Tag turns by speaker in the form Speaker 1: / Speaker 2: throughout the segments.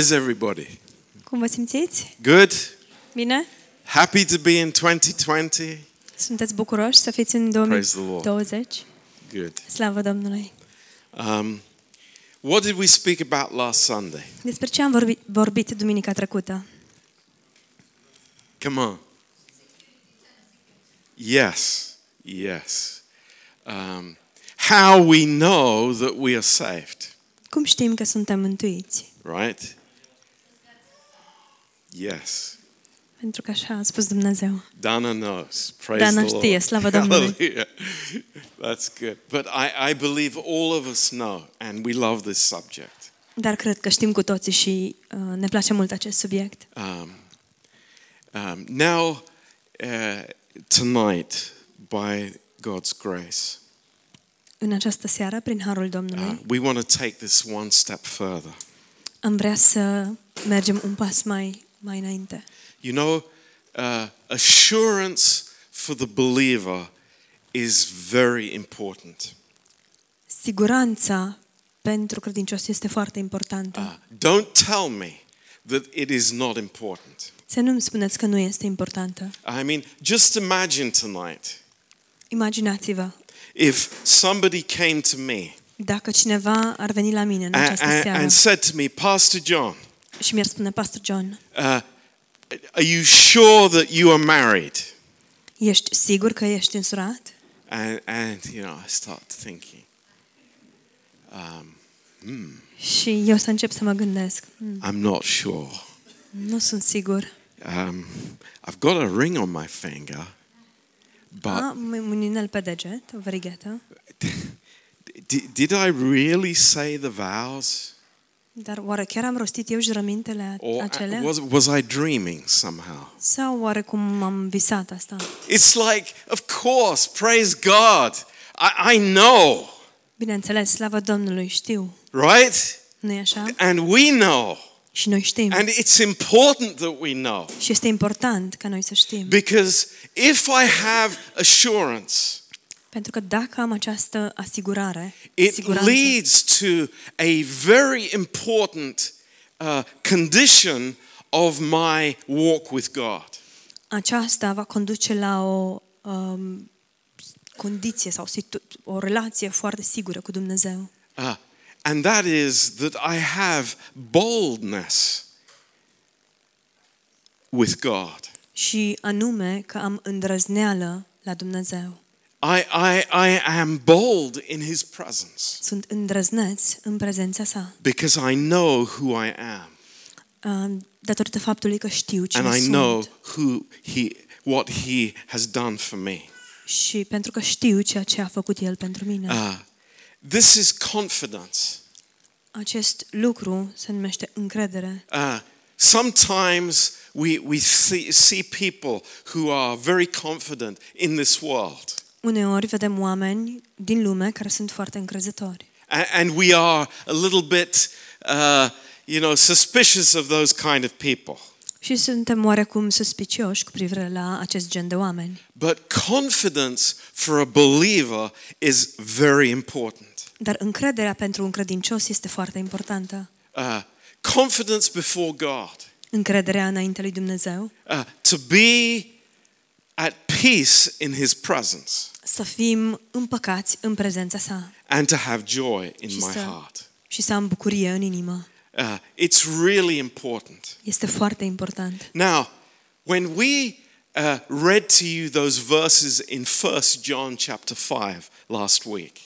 Speaker 1: is everybody?
Speaker 2: Cum vă simțiți?
Speaker 1: Good?
Speaker 2: Bine?
Speaker 1: Happy to be in 2020?
Speaker 2: Sunteți bucuroși să fiți în
Speaker 1: Praise the Lord.
Speaker 2: 2020?
Speaker 1: Good.
Speaker 2: Slavă Domnului!
Speaker 1: Um, what did we speak about last Sunday?
Speaker 2: Despre ce am vorbit, vorbit duminica trecută?
Speaker 1: Come on. Yes, yes. Um, how we know that we are saved,
Speaker 2: Cum știm că suntem mântuiți?
Speaker 1: right? Yes.
Speaker 2: Pentru că așa a spus Dumnezeu.
Speaker 1: Dana knows. Praise
Speaker 2: Dana
Speaker 1: the Lord.
Speaker 2: știe, slavă Domnului.
Speaker 1: Hallelujah. That's good. But I, I believe all of us know, and we love this subject.
Speaker 2: Dar cred că știm cu toții și uh, ne place mult acest subiect.
Speaker 1: Um, um, now, uh, tonight, by God's grace,
Speaker 2: În această seară, prin Harul Domnului,
Speaker 1: uh, we want to take this one step further.
Speaker 2: am vrea să mergem un pas mai, mai înainte.
Speaker 1: You know, uh, assurance for the believer is very important.
Speaker 2: Siguranța pentru credincios este foarte importantă.
Speaker 1: Uh, don't tell me that it is not important.
Speaker 2: Să nu-mi spuneți că nu este importantă.
Speaker 1: I mean, just imagine tonight
Speaker 2: Imaginați-vă
Speaker 1: if somebody came to me
Speaker 2: Dacă cineva ar veni la mine în
Speaker 1: a- a-
Speaker 2: această
Speaker 1: and,
Speaker 2: seară
Speaker 1: said to me, Pastor John,
Speaker 2: și mi-ar spune, Pastor John,
Speaker 1: uh, are you sure that you are married?
Speaker 2: ești sigur că ești însurat?
Speaker 1: And, and you know, I start thinking, um, hmm,
Speaker 2: Și eu să încep să mă gândesc, "Mm,
Speaker 1: I'm not sure.
Speaker 2: nu sunt sigur.
Speaker 1: Um, I've got a ring on my finger, but
Speaker 2: Am un inel pe deget, o verighetă,
Speaker 1: d- did I really say the vows?
Speaker 2: dar oare chiar am rostit eu jurămintele
Speaker 1: Or
Speaker 2: acelea?
Speaker 1: was, was I dreaming somehow?
Speaker 2: Sau oarecum am visat asta?
Speaker 1: It's like, of course, praise God. I, I know,
Speaker 2: Bineînțeles, slavă Domnului, știu,
Speaker 1: right?
Speaker 2: nu e așa?
Speaker 1: And we know.
Speaker 2: Și noi știm.
Speaker 1: And it's important that we know.
Speaker 2: Și este important ca noi să știm.
Speaker 1: Because if I have assurance,
Speaker 2: Pentru că dacă am această asigurare,
Speaker 1: it
Speaker 2: siguranță,
Speaker 1: leads to a very important uh, condition of my walk with God.
Speaker 2: aceasta va conduce la o um, condiție sau situ- o relație foarte sigură cu Dumnezeu.
Speaker 1: Uh, and that is that I have boldness with God.
Speaker 2: Și anume că am îndrăzneală la Dumnezeu.
Speaker 1: I, I, I am bold in his presence
Speaker 2: Sunt îndrăzneț în prezența sa,
Speaker 1: because I know who I am
Speaker 2: um, datorită faptului că știu cine
Speaker 1: and I
Speaker 2: sunt
Speaker 1: know who he, what he has done for me.
Speaker 2: și pentru că știu ceea ce a făcut El pentru mine.
Speaker 1: Uh, this is confidence.
Speaker 2: Acest lucru se numește încredere.
Speaker 1: Uh, sometimes we, we see, see people who are very confident in this world
Speaker 2: Uneori vedem oameni din lume care sunt foarte încrezători
Speaker 1: and, and we are a little bit, uh, you know, suspicious of those kind of people.
Speaker 2: și suntem oarecum suspicioși cu privire la acest gen de oameni.
Speaker 1: But confidence for a believer is very important.
Speaker 2: Dar încrederea pentru un credincios este foarte importantă.
Speaker 1: Uh, confidence before God,
Speaker 2: Încrederea înainte lui Dumnezeu,
Speaker 1: uh, to be at peace in His presence
Speaker 2: să fim împăcați în prezența sa
Speaker 1: and to have joy in
Speaker 2: Și
Speaker 1: my
Speaker 2: să-
Speaker 1: heart.
Speaker 2: și să am bucurie în inimă.
Speaker 1: Uh, it's really important.
Speaker 2: Este foarte important.
Speaker 1: Now, when we uh, read to you those verses in 1 John chapter 5 last week,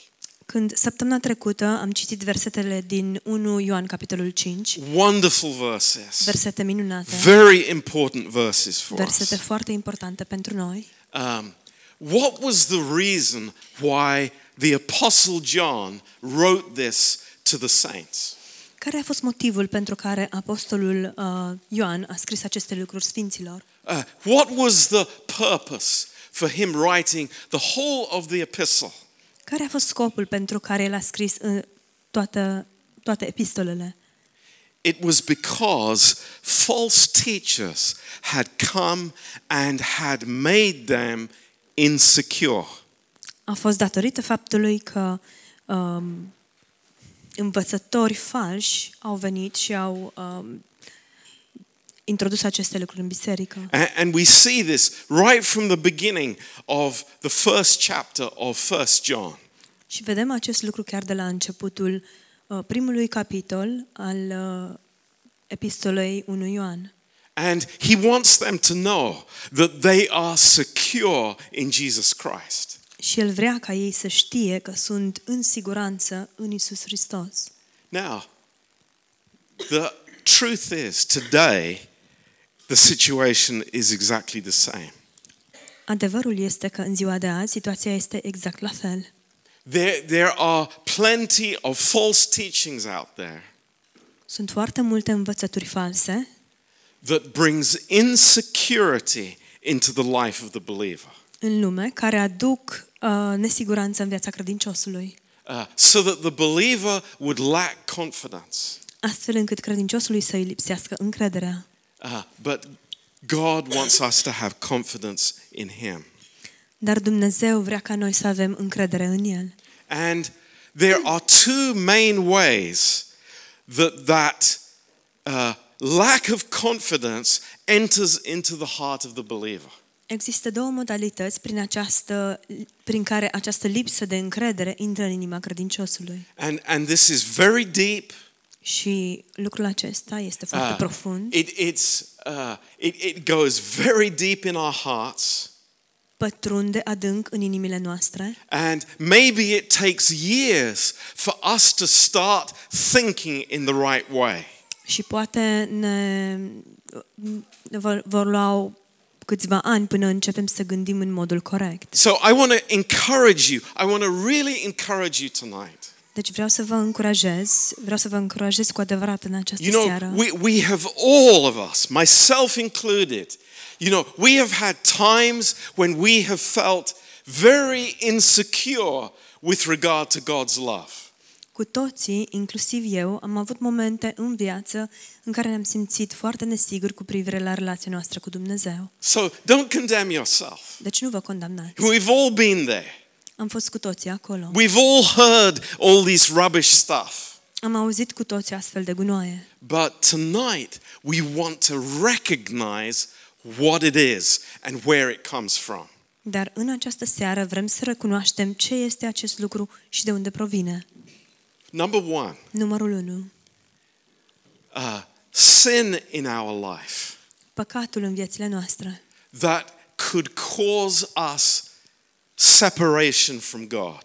Speaker 2: Când săptămâna trecută am citit versetele din 1 Ioan capitolul 5,
Speaker 1: wonderful verses,
Speaker 2: versete minunate,
Speaker 1: very important verses for us.
Speaker 2: versete foarte importante pentru noi.
Speaker 1: um, what was the reason why the apostle john wrote this to the saints
Speaker 2: Care a fost motivul pentru care apostolul uh, Ioan a scris aceste lucruri sfinților?
Speaker 1: Uh, what was the purpose for him writing the whole of the epistle
Speaker 2: Care a fost scopul pentru care el a scris uh, toată, toate epistolele?
Speaker 1: it was because false teachers had come and had made them insecure
Speaker 2: a fost datorită faptului că um, învățători falși au venit și au um, introdus aceste lucruri în biserică.
Speaker 1: A- And we see this right from the beginning of the first chapter of First John.
Speaker 2: Și vedem acest lucru chiar de la începutul uh, primului capitol al uh, epistolei 1 Ioan.
Speaker 1: And he wants them to know that they are secure in Jesus Christ.
Speaker 2: Și el vrea ca ei să știe că sunt în siguranță în Isus Hristos.
Speaker 1: Now, the truth is, today, the situation is exactly the same.
Speaker 2: Adevărul este că în ziua de azi situația este exact la fel.
Speaker 1: There, there are plenty of false teachings out there
Speaker 2: Sunt foarte multe învățături false
Speaker 1: that brings insecurity into the life of the believer
Speaker 2: în lume care aduc uh, nesiguranță în viața credinciosului,
Speaker 1: uh, so that the believer would lack confidence.
Speaker 2: astfel încât credinciosului să îi lipsească încrederea.
Speaker 1: Uh, but God wants us to have confidence in Him.
Speaker 2: Dar Dumnezeu vrea ca noi să avem încredere în El.
Speaker 1: And there are two main ways that that uh, lack of confidence enters into the heart of the believer.
Speaker 2: Există două modalități prin, această, prin care această lipsă de încredere intră în inima credinciosului.
Speaker 1: And, and this is very deep.
Speaker 2: Și lucrul acesta este foarte
Speaker 1: Uh,
Speaker 2: profund,
Speaker 1: it, it's, uh, it, it goes very deep in our hearts.
Speaker 2: pătrunde adânc în inimile noastre
Speaker 1: And maybe it takes years for us to start thinking in the right way.
Speaker 2: și poate ne, ne vor, vor lua câțiva ani până începem să gândim în modul corect.
Speaker 1: So I want to encourage you. I want to really encourage you tonight.
Speaker 2: Deci vreau să vă încurajez, vreau să vă încurajez cu adevărat în această
Speaker 1: You know,
Speaker 2: seară.
Speaker 1: we, we have all of us, myself included, you know, we have had times when we have felt very insecure with regard to God's love.
Speaker 2: Cu toții, inclusiv eu, am avut momente în viață în care ne-am simțit foarte nesiguri cu privire la relația noastră cu Dumnezeu.
Speaker 1: So don't condemn yourself.
Speaker 2: Deci nu vă condamnați.
Speaker 1: We've all been there.
Speaker 2: Am fost cu toții acolo.
Speaker 1: We've all heard all this rubbish stuff.
Speaker 2: Am auzit cu toții astfel de gunoaie.
Speaker 1: But tonight, we want to recognize what it is and where it comes from.
Speaker 2: Dar în această seară vrem să recunoaștem ce este acest lucru și de unde provine.
Speaker 1: Number one,
Speaker 2: Numărul 1.
Speaker 1: uh, sin in our life.
Speaker 2: Păcatul în viețile noastre,
Speaker 1: that could cause us separation from God,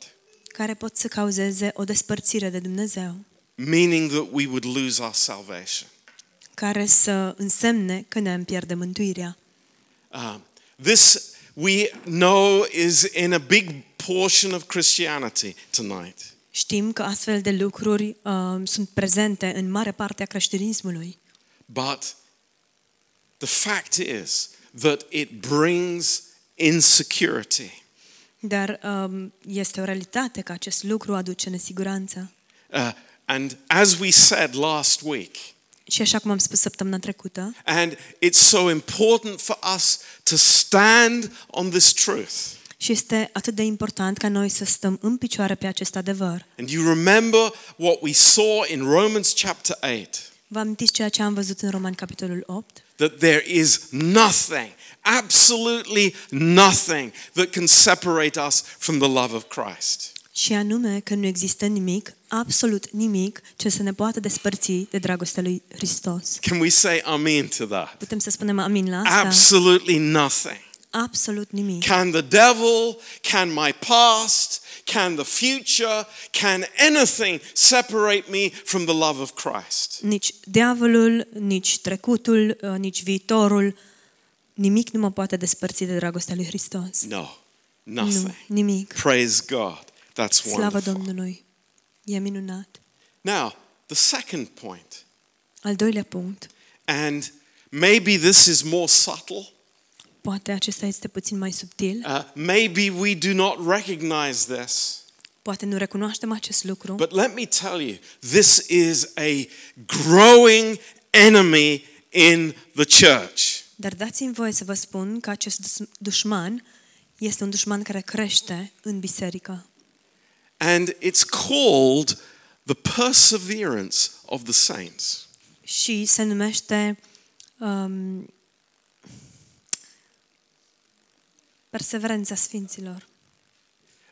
Speaker 2: care pot să cauzeze o despărțire de Dumnezeu,
Speaker 1: meaning that we would lose our salvation.
Speaker 2: care să însemne că ne-am pierde mântuirea.
Speaker 1: Um, this we know is in a big portion of Christianity tonight.
Speaker 2: Știm că astfel de lucruri uh, sunt prezente în mare parte a creștinismului,
Speaker 1: But the fact is that it brings insecurity.
Speaker 2: dar um, este o realitate că acest lucru aduce nesiguranță.
Speaker 1: Uh, and as we said last week,
Speaker 2: Și așa cum am spus săptămâna trecută,
Speaker 1: and it's so important for us to stand on this truth.
Speaker 2: și este atât de important ca noi să stăm în picioare pe acest adevăr.
Speaker 1: And you remember what we saw in Romans chapter 8
Speaker 2: Vă amintiți ceea ce am văzut în Romani, capitolul 8?
Speaker 1: that there is nothing, absolutely nothing, that can separate us from the love of Christ.
Speaker 2: Și anume că nu există nimic, absolut nimic, ce să ne poată despărți de dragostea lui Hristos.
Speaker 1: Can we say amen to that?
Speaker 2: Putem să spunem amin la asta?
Speaker 1: Absolutely nothing.
Speaker 2: Absolut nimic.
Speaker 1: Can the devil, can my past, can the future, can anything separate me from the love of Christ?
Speaker 2: Nici diavolul, nici trecutul, uh, nici viitorul, nimic nu mă poate despărți de dragostea lui Hristos.
Speaker 1: No,
Speaker 2: Nu,
Speaker 1: nothing.
Speaker 2: nimic.
Speaker 1: Praise God. That's
Speaker 2: Slavă
Speaker 1: wonderful.
Speaker 2: Domnului. E minunat.
Speaker 1: Now, the second point.
Speaker 2: Al doilea punct.
Speaker 1: And maybe this is more subtle.
Speaker 2: Poate acesta este puțin mai subtil,
Speaker 1: Uh, maybe we do not recognize this.
Speaker 2: poate nu recunoaștem acest lucru,
Speaker 1: But let me tell you, this is a growing enemy in the church.
Speaker 2: dar dați-mi voie să vă spun că acest dus- dușman este un dușman care crește în biserică
Speaker 1: And it's called the perseverance of the saints.
Speaker 2: și se numește um, Perseverența Sfinților.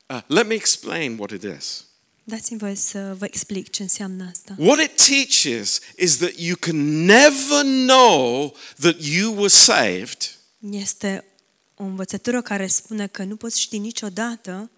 Speaker 1: Uh, let me explain what it is.
Speaker 2: Dați-mi voie să vă explic ce înseamnă asta.
Speaker 1: What it teaches is that you can never know that you were saved
Speaker 2: Este o învățătură care spune că nu poți ști niciodată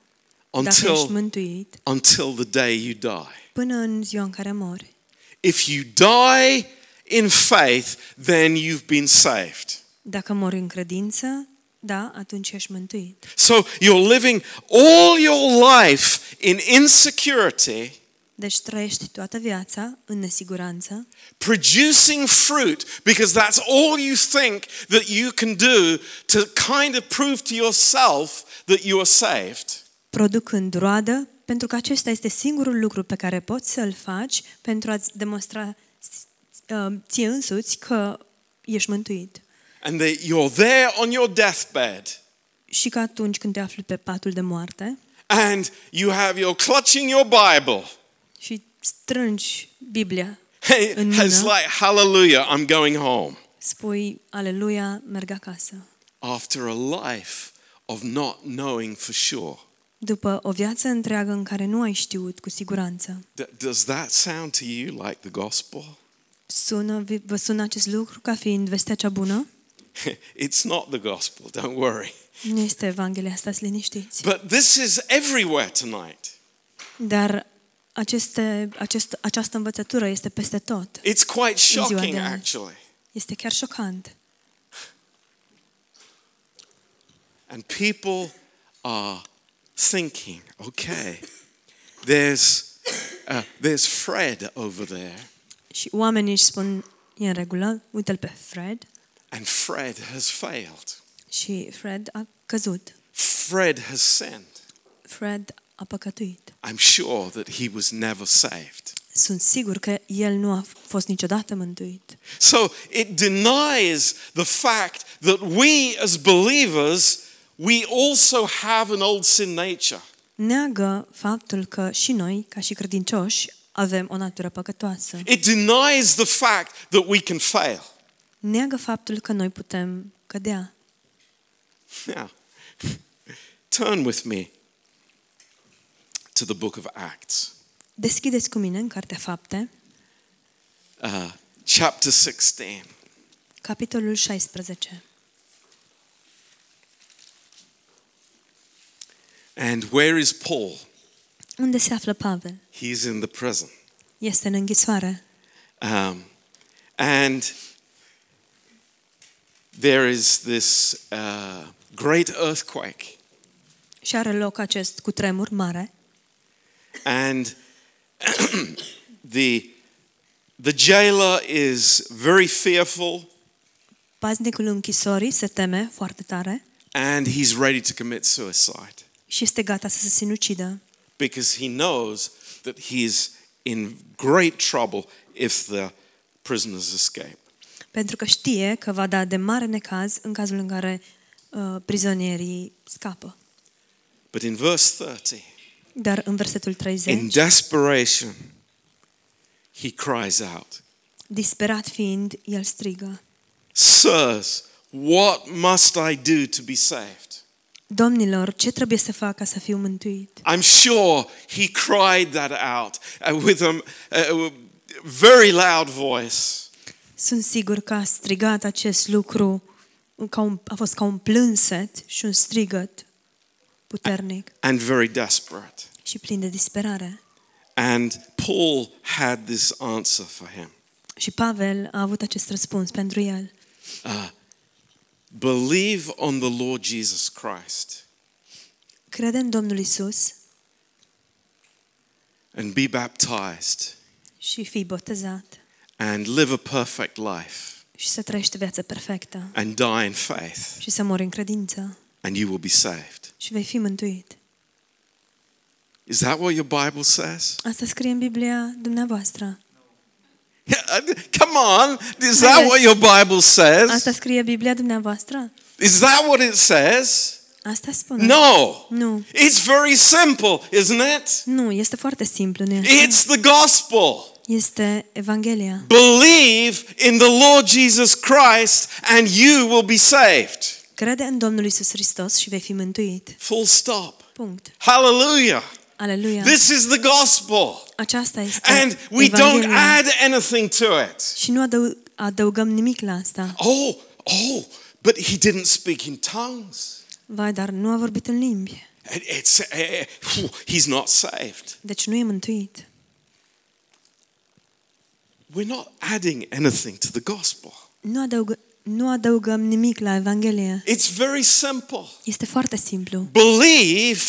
Speaker 2: dacă ești
Speaker 1: until,
Speaker 2: mântuit
Speaker 1: until the day you die.
Speaker 2: până în ziua în care mori.
Speaker 1: If you die in faith, then you've been saved.
Speaker 2: Dacă mori în credință, da, atunci ești mântuit.
Speaker 1: So you're living all your life in insecurity,
Speaker 2: Deci trăiești toată viața în nesiguranță,
Speaker 1: producing fruit because that's all you think that you can do to kind of prove to yourself that you are saved.
Speaker 2: producând roadă, pentru că acesta este singurul lucru pe care poți să-l faci pentru a-ți demonstra uh, ție însuți că ești mântuit.
Speaker 1: And that you're there on your deathbed
Speaker 2: Și că atunci când te afli pe patul de moarte
Speaker 1: and you have you're clutching your Bible.
Speaker 2: și strângi Biblia în
Speaker 1: It's
Speaker 2: mână,
Speaker 1: like hallelujah, I'm going home.
Speaker 2: spui, aleluia, merg acasă.
Speaker 1: After a life of not knowing for sure.
Speaker 2: După o viață întreagă în care nu ai știut cu siguranță.
Speaker 1: D- Does that sound to you like the gospel?
Speaker 2: Sună, vi- vă sună acest lucru ca fiind vestea cea bună?
Speaker 1: it's not the gospel, don't worry.
Speaker 2: Nu este Evanghelia, stați liniștiți.
Speaker 1: But this is everywhere tonight.
Speaker 2: Dar aceste, acest, această învățătură este peste tot.
Speaker 1: It's quite
Speaker 2: ziua de
Speaker 1: shocking,
Speaker 2: azi.
Speaker 1: actually.
Speaker 2: Este chiar șocant.
Speaker 1: And people are thinking, okay, there's, uh, there's Fred over there,
Speaker 2: Și oamenii își spun, e în regulă, uite-l pe Fred.
Speaker 1: and Fred has failed.
Speaker 2: Și Fred a căzut.
Speaker 1: Fred has sinned.
Speaker 2: Fred a păcătuit.
Speaker 1: I'm sure that he was never saved.
Speaker 2: Sunt sigur că el nu a fost niciodată mântuit.
Speaker 1: So it denies the fact that we as believers, we also have an old sin nature.
Speaker 2: Neagă faptul că și noi, ca și credincioși, avem o natură păcătoasă.
Speaker 1: It denies the fact that we can fail.
Speaker 2: Neagă faptul că noi putem cădea.
Speaker 1: Now, turn with me to the book of Acts,
Speaker 2: Deschideți cu mine în Cartea Fapte,
Speaker 1: uh, chapter 16.
Speaker 2: capitolul 16.
Speaker 1: And where is Paul?
Speaker 2: Unde se află Pavel?
Speaker 1: He's in the prison.
Speaker 2: Este în închisoare.
Speaker 1: Um, and there is this uh, great earthquake,
Speaker 2: Și are loc acest cutremur mare
Speaker 1: and the, the jailer is very fearful
Speaker 2: Paznicul închisorii se teme foarte tare
Speaker 1: and he's ready to commit suicide.
Speaker 2: și este gata să se sinucidă,
Speaker 1: because he knows that he's in great trouble if the prisoners escape.
Speaker 2: pentru că știe că va da de mare necaz în cazul în care uh, prizonierii scapă.
Speaker 1: But in verse 30,
Speaker 2: Dar în versetul
Speaker 1: in
Speaker 2: 30,
Speaker 1: desperation, he cries out,
Speaker 2: disperat fiind, el strigă,
Speaker 1: Sirs, what must I do to be saved?
Speaker 2: Domnilor, ce trebuie să fac ca să fiu mântuit?
Speaker 1: I'm sure he cried that out uh, with a uh, very loud voice.
Speaker 2: Sunt sigur că a strigat acest lucru, ca un, a fost ca un plânset și un strigăt puternic
Speaker 1: And very desperate.
Speaker 2: și plin de disperare.
Speaker 1: And Paul had this answer for him
Speaker 2: Și Pavel a avut acest răspuns pentru el.
Speaker 1: Believe on the Lord Jesus Christ.
Speaker 2: Crede în Domnul Isus
Speaker 1: and be baptized
Speaker 2: și fii botezat
Speaker 1: and live a perfect life
Speaker 2: și să trăiești viața perfectă
Speaker 1: and die in faith
Speaker 2: și să mori în credință
Speaker 1: and you will be saved.
Speaker 2: și vei fi mântuit.
Speaker 1: Is that what your Bible says?
Speaker 2: Asta scrie în Biblia dumneavoastră.
Speaker 1: Yeah, uh, Come on, is that what your Bible
Speaker 2: Asta
Speaker 1: says?
Speaker 2: scrie Biblia dumneavoastră?
Speaker 1: Is that what it says?
Speaker 2: Asta spun.
Speaker 1: No.
Speaker 2: Nu.
Speaker 1: It's very simple, isn't it?
Speaker 2: Nu, este foarte simplu, nu este?
Speaker 1: It's the gospel.
Speaker 2: Este Evanghelia.
Speaker 1: Believe in the Lord Jesus Christ and you will be saved.
Speaker 2: Crede în Domnul Isus Hristos și vei fi mântuit.
Speaker 1: Full stop.
Speaker 2: Punct.
Speaker 1: Hallelujah.
Speaker 2: Aleluia.
Speaker 1: This is the gospel.
Speaker 2: Aceasta este
Speaker 1: And we don't
Speaker 2: Evanghelia.
Speaker 1: add anything to it.
Speaker 2: Și nu adău- adăugăm nimic la asta.
Speaker 1: Oh, oh, but he didn't speak in tongues.
Speaker 2: Vai, dar nu a vorbit în limbi.
Speaker 1: It- It's, eh, phew, he's not saved.
Speaker 2: Deci nu e mântuit.
Speaker 1: We're not adding anything to the gospel.
Speaker 2: Nu, adăug- nu adăugăm nimic la Evanghelie.
Speaker 1: It's very simple.
Speaker 2: Este foarte simplu.
Speaker 1: Believe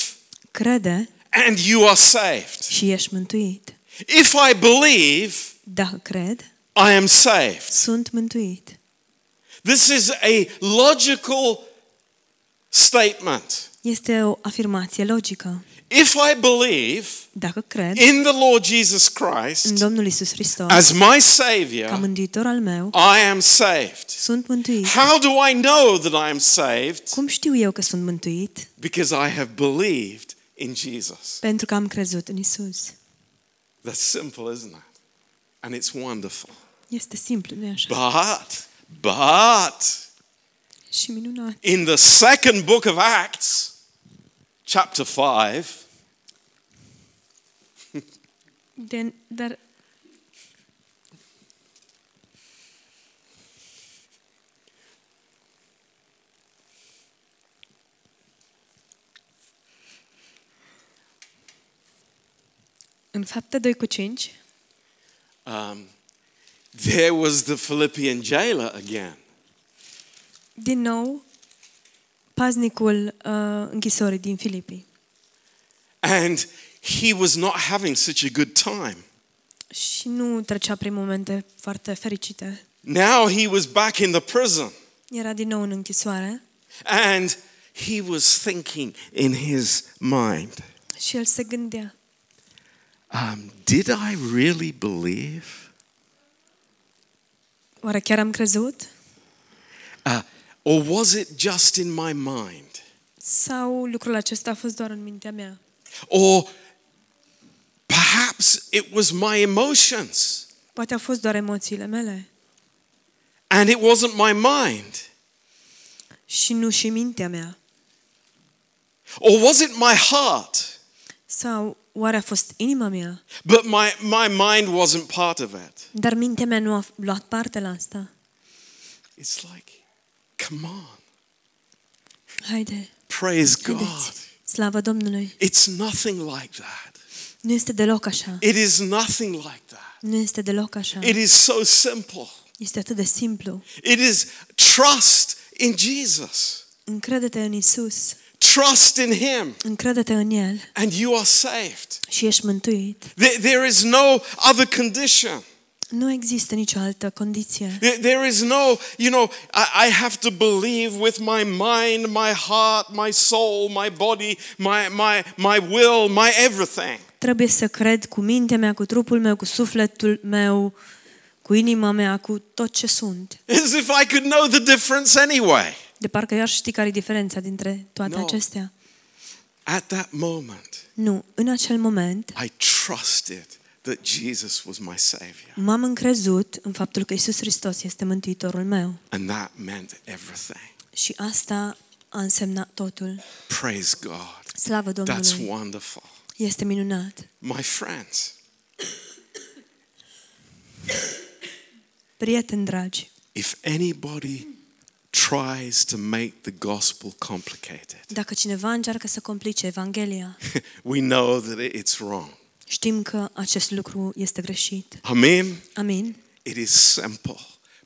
Speaker 2: Crede
Speaker 1: and you are saved.
Speaker 2: și ești mântuit.
Speaker 1: If I believe,
Speaker 2: Dacă cred,
Speaker 1: I am saved.
Speaker 2: sunt mântuit.
Speaker 1: This is a logical statement.
Speaker 2: Este o afirmație logică.
Speaker 1: If I believe
Speaker 2: Dacă cred
Speaker 1: in the Lord Jesus
Speaker 2: în
Speaker 1: Christ
Speaker 2: Domnul Isus Hristos
Speaker 1: as my
Speaker 2: ca
Speaker 1: Savior,
Speaker 2: mântuitor al meu,
Speaker 1: I am saved.
Speaker 2: sunt mântuit.
Speaker 1: How do I know that I am saved?
Speaker 2: Cum știu eu că sunt mântuit?
Speaker 1: Because I have believed in Jesus.
Speaker 2: Pentru că am crezut în Isus.
Speaker 1: That's simple, isn't it? And it's wonderful.
Speaker 2: Este simplu, nu-i așa?
Speaker 1: But, but,
Speaker 2: Și minunat.
Speaker 1: in the second book of Acts, chapter 5,
Speaker 2: De, dar În fapte 2 cu 5,
Speaker 1: um, there was the Philippian jailer again.
Speaker 2: din nou, paznicul uh, închisorii din Filipii.
Speaker 1: And he was not having such a good time.
Speaker 2: Și nu trecea prin momente foarte fericite.
Speaker 1: Now he was back in the prison
Speaker 2: Era din nou în închisoare
Speaker 1: and he was thinking in his mind,
Speaker 2: și el se gândea,
Speaker 1: um, Did I really believe?
Speaker 2: oare chiar am crezut?
Speaker 1: Uh, or was it just in my mind?
Speaker 2: Sau lucrul acesta a fost doar în mintea mea?
Speaker 1: Or perhaps it was my emotions.
Speaker 2: Poate au fost doar emoțiile mele
Speaker 1: And it wasn't my mind.
Speaker 2: și nu și mintea mea.
Speaker 1: Or was it my heart?
Speaker 2: Sau oare a fost inima mea?
Speaker 1: But my, my mind wasn't part of it.
Speaker 2: Dar mintea mea nu a luat parte la asta.
Speaker 1: It's like, come on,
Speaker 2: Haide,
Speaker 1: praise God.
Speaker 2: haideți. Slavă Domnului!
Speaker 1: It's nothing like that.
Speaker 2: Nu este deloc așa.
Speaker 1: It is nothing like that.
Speaker 2: Nu este deloc așa.
Speaker 1: It is so simple.
Speaker 2: Este atât de simplu.
Speaker 1: It is trust in Jesus,
Speaker 2: Încrede-te în Isus,
Speaker 1: trust in Him,
Speaker 2: încrede-te în El
Speaker 1: and you are saved.
Speaker 2: și ești mântuit.
Speaker 1: There, there is no other condition.
Speaker 2: Nu există nicio altă condiție.
Speaker 1: There- There is no, you know, I, I have to believe with my mind, my heart, my soul, my body, my, my, my will, my everything.
Speaker 2: Trebuie să cred cu mintea mea, cu trupul meu, cu sufletul meu, cu inima mea, cu tot ce sunt.
Speaker 1: As if I could know the difference anyway.
Speaker 2: De parcă eu aș ști care e diferența dintre toate
Speaker 1: Nu.
Speaker 2: no. acestea.
Speaker 1: At that moment,
Speaker 2: Nu, în acel moment
Speaker 1: I trusted that Jesus was my Savior.
Speaker 2: m-am încrezut în faptul că Isus Hristos este Mântuitorul meu.
Speaker 1: And that meant everything.
Speaker 2: Și asta a însemnat totul.
Speaker 1: Praise God.
Speaker 2: Slavă
Speaker 1: That's
Speaker 2: Domnului!
Speaker 1: wonderful.
Speaker 2: Este minunat.
Speaker 1: My friends,
Speaker 2: Prieteni dragi,
Speaker 1: if anybody tries to make the gospel complicated,
Speaker 2: dacă cineva încearcă să complice Evanghelia,
Speaker 1: we know that it's wrong.
Speaker 2: știm că acest lucru este greșit.
Speaker 1: Amen.
Speaker 2: Amin?
Speaker 1: It is simple.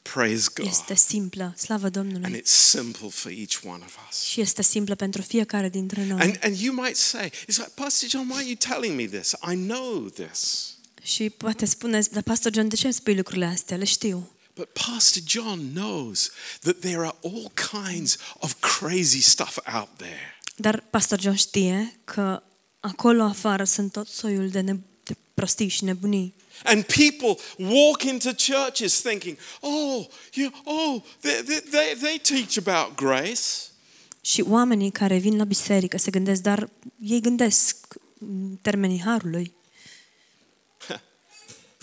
Speaker 1: Praise God.
Speaker 2: Este simplă. Slavă
Speaker 1: And
Speaker 2: Domnului!
Speaker 1: it's simple for each one of us.
Speaker 2: Și este simplă pentru fiecare dintre
Speaker 1: And,
Speaker 2: noi.
Speaker 1: and you might say, it's like, Pastor John, why are you telling me this? I know this.
Speaker 2: Și poate spuneți, dar Pastor John, de ce îmi spui lucrurile astea? Le știu.
Speaker 1: But Pastor John knows that there are all kinds of crazy stuff out there.
Speaker 2: Dar pastor John știe că acolo afară sunt tot soiul de, ne- de prostii și nebunii.
Speaker 1: And people walk into churches thinking, oh, you, oh, they, they, they, they teach about grace.
Speaker 2: Și oamenii care vin la biserică se gândesc, dar ei gândesc în termenii harului,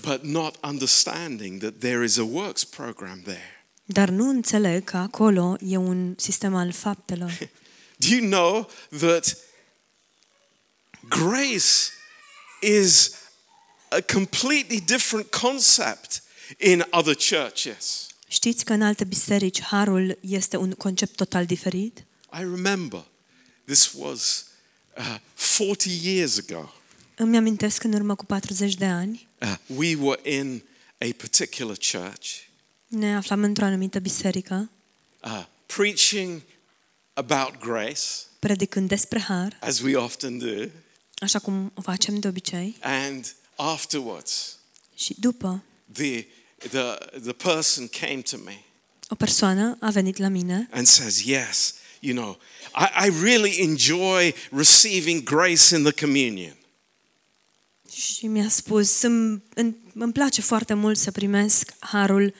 Speaker 1: but not understanding that there is a works program there.
Speaker 2: dar nu înțeleg că acolo e un sistem al faptelor.
Speaker 1: Do you know that grace is a completely different concept in other churches?
Speaker 2: Știți că în alte biserici harul este un concept total diferit?
Speaker 1: I remember this was uh, 40 years ago.
Speaker 2: Îmi amintesc în urmă cu 40 de ani
Speaker 1: Uh, we were in a particular church
Speaker 2: ne aflam într-o anumită biserică
Speaker 1: uh, preaching about grace,
Speaker 2: predicând despre har,
Speaker 1: as we often do,
Speaker 2: așa cum o facem de obicei,
Speaker 1: and afterwards
Speaker 2: și după
Speaker 1: the, the, the person came to me
Speaker 2: o persoană a venit la mine
Speaker 1: and says, Yes, you know, I, I really enjoy receiving grace in the communion.
Speaker 2: și mi-a spus, îmi, îmi, îmi place foarte mult să primesc harul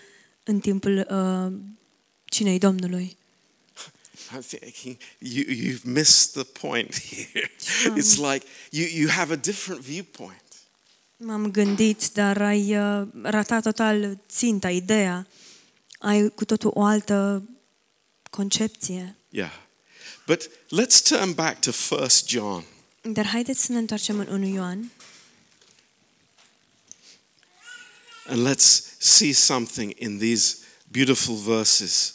Speaker 2: în timpul uh, cinei Domnului.
Speaker 1: I'm thinking, you, you've missed the point here. It's like you, you have a different viewpoint.
Speaker 2: M-am gândit, dar ai uh, ratat total ținta, ideea. Ai cu totul o altă concepție.
Speaker 1: Yeah. But let's turn back to 1 John.
Speaker 2: Dar haideți să ne întoarcem în 1 Ioan
Speaker 1: And let's see something in these beautiful verses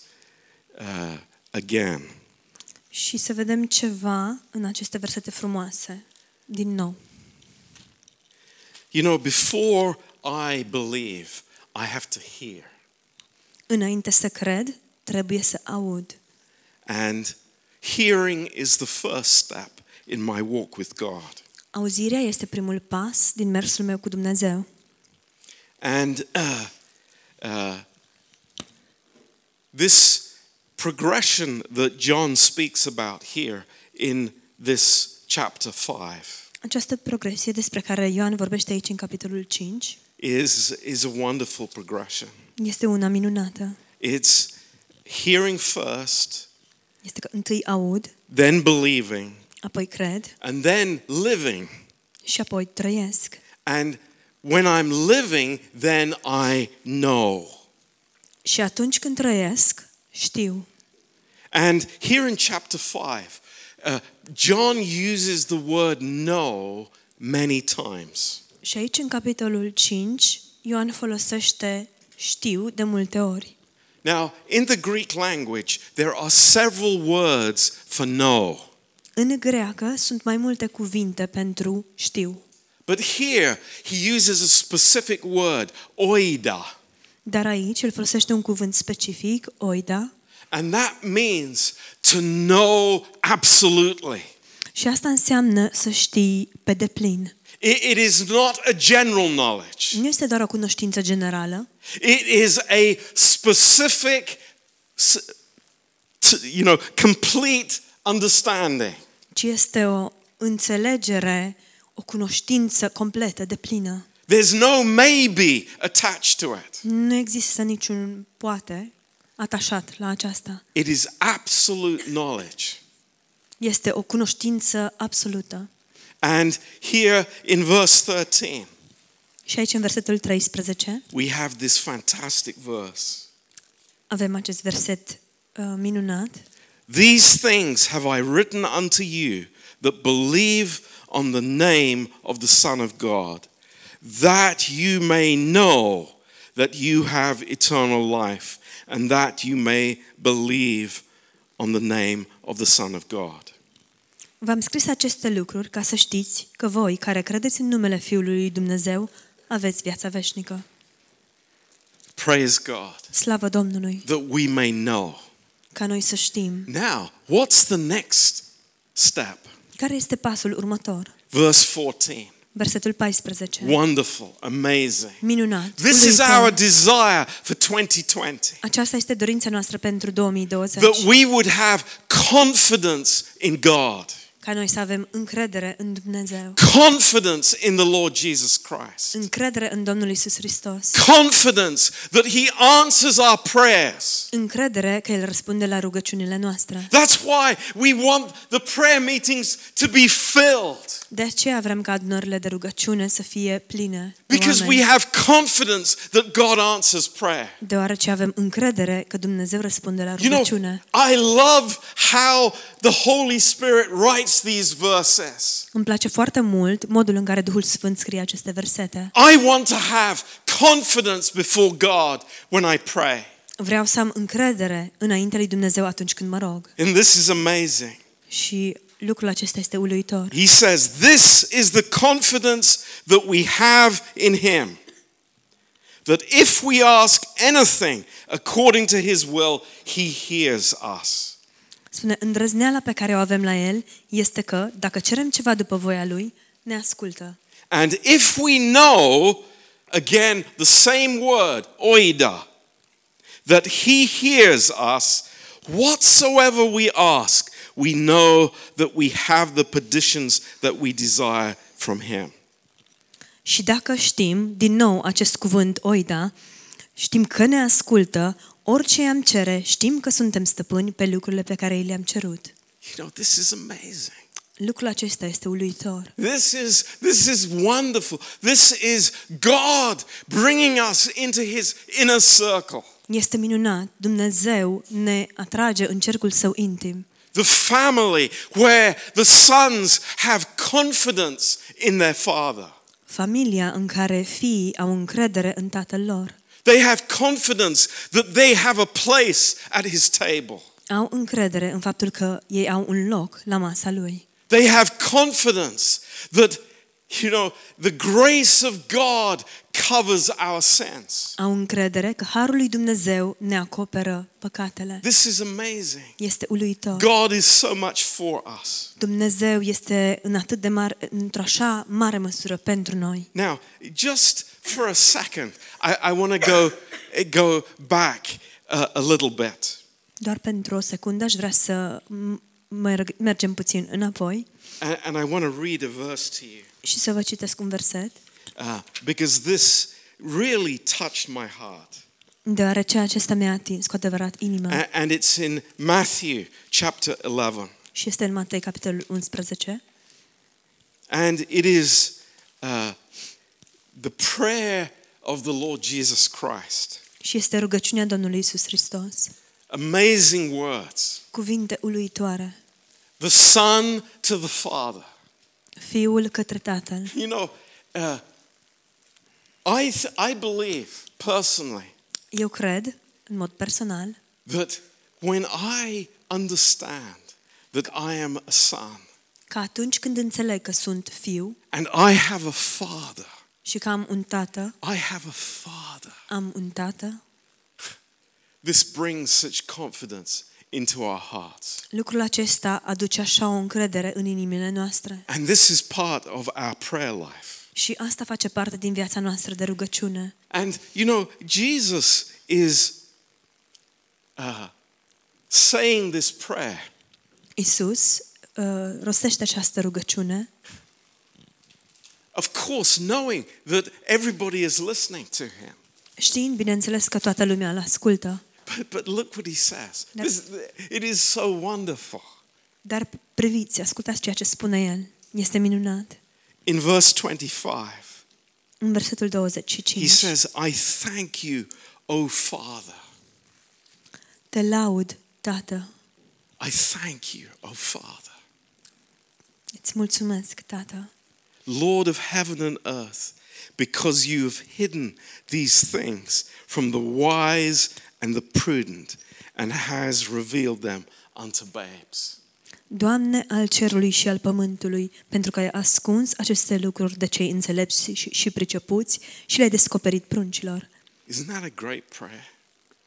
Speaker 1: uh, again.
Speaker 2: și să vedem ceva în aceste versete frumoase. Din nou.
Speaker 1: You know, before I believe, I have to hear.
Speaker 2: Înainte să cred, trebuie să aud.
Speaker 1: And hearing is the first step in my walk with God.
Speaker 2: Auzirea este primul pas din mersul meu cu Dumnezeu.
Speaker 1: And uh, uh, this progression that John speaks about here in this chapter 5
Speaker 2: Această progresie despre care Ioan vorbește aici în capitolul 5
Speaker 1: is, is a wonderful progression.
Speaker 2: este una minunată.
Speaker 1: It's hearing first,
Speaker 2: Este că întâi aud,
Speaker 1: then believing,
Speaker 2: apoi cred
Speaker 1: and then living.
Speaker 2: și apoi trăiesc.
Speaker 1: And when I'm living, then I know.
Speaker 2: Și atunci când trăiesc, știu.
Speaker 1: And here in chapter 5, uh, John uses the word know many times.
Speaker 2: Și aici, în capitolul 5, Ioan folosește știu de multe ori.
Speaker 1: Now, in the Greek language, there are several words for know.
Speaker 2: În greacă sunt mai multe cuvinte pentru știu,
Speaker 1: But here, he uses a specific word, oida.
Speaker 2: dar aici el folosește un cuvânt specific, oida,
Speaker 1: And that means to know absolutely.
Speaker 2: și asta înseamnă să știi pe deplin.
Speaker 1: It- it is not a general knowledge,
Speaker 2: Nu este doar o cunoștință generală,
Speaker 1: it is a specific, s- t- you know, complete understanding.
Speaker 2: ci este o înțelegere, o cunoștință completă, deplină.
Speaker 1: There's no maybe attached to it.
Speaker 2: Nu există niciun poate atașat la aceasta.
Speaker 1: It is absolute knowledge.
Speaker 2: Este o cunoștință absolută.
Speaker 1: And here in verse 13,
Speaker 2: Și aici, în versetul 13,
Speaker 1: we have this fantastic verse.
Speaker 2: avem acest verset uh, minunat.
Speaker 1: These things have I written unto you that believe on the name of the Son of God, that you may know that you have eternal life, and that you may believe on the name of the Son of God.
Speaker 2: V-am scris aceste lucruri ca să știți că voi, care credeți în numele Fiului lui Dumnezeu, aveți viața veșnică.
Speaker 1: Praise God
Speaker 2: Slavă Domnului!
Speaker 1: that we may know.
Speaker 2: Ca noi să știm.
Speaker 1: Now, what's the next step?
Speaker 2: Care este pasul următor?
Speaker 1: Verse 14.
Speaker 2: Versetul 14.
Speaker 1: Wonderful, amazing.
Speaker 2: Minunat!
Speaker 1: This is
Speaker 2: uluitor.
Speaker 1: our desire for 2020.
Speaker 2: Aceasta este dorința noastră pentru 2020.
Speaker 1: that we would have confidence in God.
Speaker 2: ca noi să avem încredere în Dumnezeu,
Speaker 1: confidence in the Lord Jesus Christ,
Speaker 2: încredere în Domnul Isus Hristos,
Speaker 1: confidence that He answers our prayers.
Speaker 2: încredere că El răspunde la rugăciunile noastre.
Speaker 1: That's why we want the prayer meetings to be filled
Speaker 2: De aceea vrem ca adunările de rugăciune să fie pline de
Speaker 1: because we
Speaker 2: oameni,
Speaker 1: have confidence that God answers prayer.
Speaker 2: deoarece avem încredere că Dumnezeu răspunde la
Speaker 1: You know,
Speaker 2: rugăciune.
Speaker 1: I love how the Holy Spirit writes these verses.
Speaker 2: Îmi place foarte mult modul în care Duhul Sfânt scrie aceste versete.
Speaker 1: I want to have confidence before God when I pray.
Speaker 2: Vreau să am încredere înaintea lui Dumnezeu atunci când mă rog.
Speaker 1: And this is amazing.
Speaker 2: Și lucrul acesta este uluitor.
Speaker 1: He says, This is the confidence that we have in Him. That if we ask anything according to His will, He hears us.
Speaker 2: Spune, îndrăzneala pe care o avem la El este că, dacă cerem ceva după voia Lui, ne ascultă.
Speaker 1: And if we know, again, the same word, oida, that He hears us, whatsoever we ask, we know that we have the petitions that we desire from Him.
Speaker 2: Și dacă știm, din nou, acest cuvânt oida, știm că ne ascultă, orice i-am cere, știm că suntem stăpâni pe lucrurile pe care i le-am cerut.
Speaker 1: You know, this is amazing.
Speaker 2: Lucrul acesta este uluitor.
Speaker 1: This is, this is wonderful. This is God bringing us into his inner circle,
Speaker 2: Este minunat. Dumnezeu ne atrage în cercul său intim.
Speaker 1: the family where the sons have confidence in their father.
Speaker 2: Familia în care fiii au încredere în tatăl lor.
Speaker 1: They have confidence that they have a place at his table.
Speaker 2: Au încredere în faptul că ei au un loc la masa lui.
Speaker 1: They have confidence that, you know, the grace of God covers our sins.
Speaker 2: Au încredere că harul lui Dumnezeu ne acoperă păcatele.
Speaker 1: This is amazing.
Speaker 2: Este uluitor.
Speaker 1: God is so much for us.
Speaker 2: Dumnezeu este în atât de mare, într-o așa mare măsură pentru noi.
Speaker 1: Now, just for a second, I, I want to go, go back uh, a little bit.
Speaker 2: Doar pentru o secundă aș vrea să m- merg, mergem puțin înapoi
Speaker 1: And, and I want to read a verse to you
Speaker 2: și să vă citesc un verset,
Speaker 1: uh, because this really touched my heart.
Speaker 2: deoarece acesta mi-a atins cu adevărat inima
Speaker 1: A- and it's in Matthew chapter 11.
Speaker 2: și este în Matei, capitolul 11.
Speaker 1: And it is uh, the prayer of the Lord Jesus Christ.
Speaker 2: Și este rugăciunea Domnului Isus Hristos.
Speaker 1: Amazing words.
Speaker 2: Cuvinte uluitoare.
Speaker 1: The Son to the Father.
Speaker 2: Fiul către Tatăl.
Speaker 1: You know, uh, I, th- I believe personally
Speaker 2: Eu cred, în mod personal,
Speaker 1: that when I understand that I am a son
Speaker 2: că atunci când înțeleg că sunt fiu
Speaker 1: and I have a father,
Speaker 2: și că am un tată,
Speaker 1: I have a father,
Speaker 2: am un tată,
Speaker 1: this brings such confidence into our hearts.
Speaker 2: Lucrul acesta aduce așa o încredere în inimile noastre
Speaker 1: And this is part of our prayer life.
Speaker 2: și asta face parte din viața noastră de rugăciune.
Speaker 1: And, you know, Jesus is uh, saying this prayer
Speaker 2: Isus uh, rostește această rugăciune,
Speaker 1: Of course, knowing that everybody is listening to him.
Speaker 2: știind, bineînțeles, că toată lumea îl ascultă,
Speaker 1: But, but look what he says.
Speaker 2: No.
Speaker 1: This, it is so wonderful.
Speaker 2: dar priviți, ascultați ceea ce spune el. Este minunat.
Speaker 1: In verse 25,
Speaker 2: În versetul
Speaker 1: he
Speaker 2: 25,
Speaker 1: says, I thank you, O Father.
Speaker 2: te laud, Tată,
Speaker 1: I thank you, O Father,
Speaker 2: îți mulțumesc, Tată,
Speaker 1: Lord of heaven and earth, because you have hidden these things from the wise and the prudent and has revealed them unto babes.
Speaker 2: Doamne al cerului și al pământului, pentru că ai ascuns aceste lucruri de cei înțelepți și, și pricepuți și le-ai descoperit pruncilor.
Speaker 1: Isn't that a great prayer?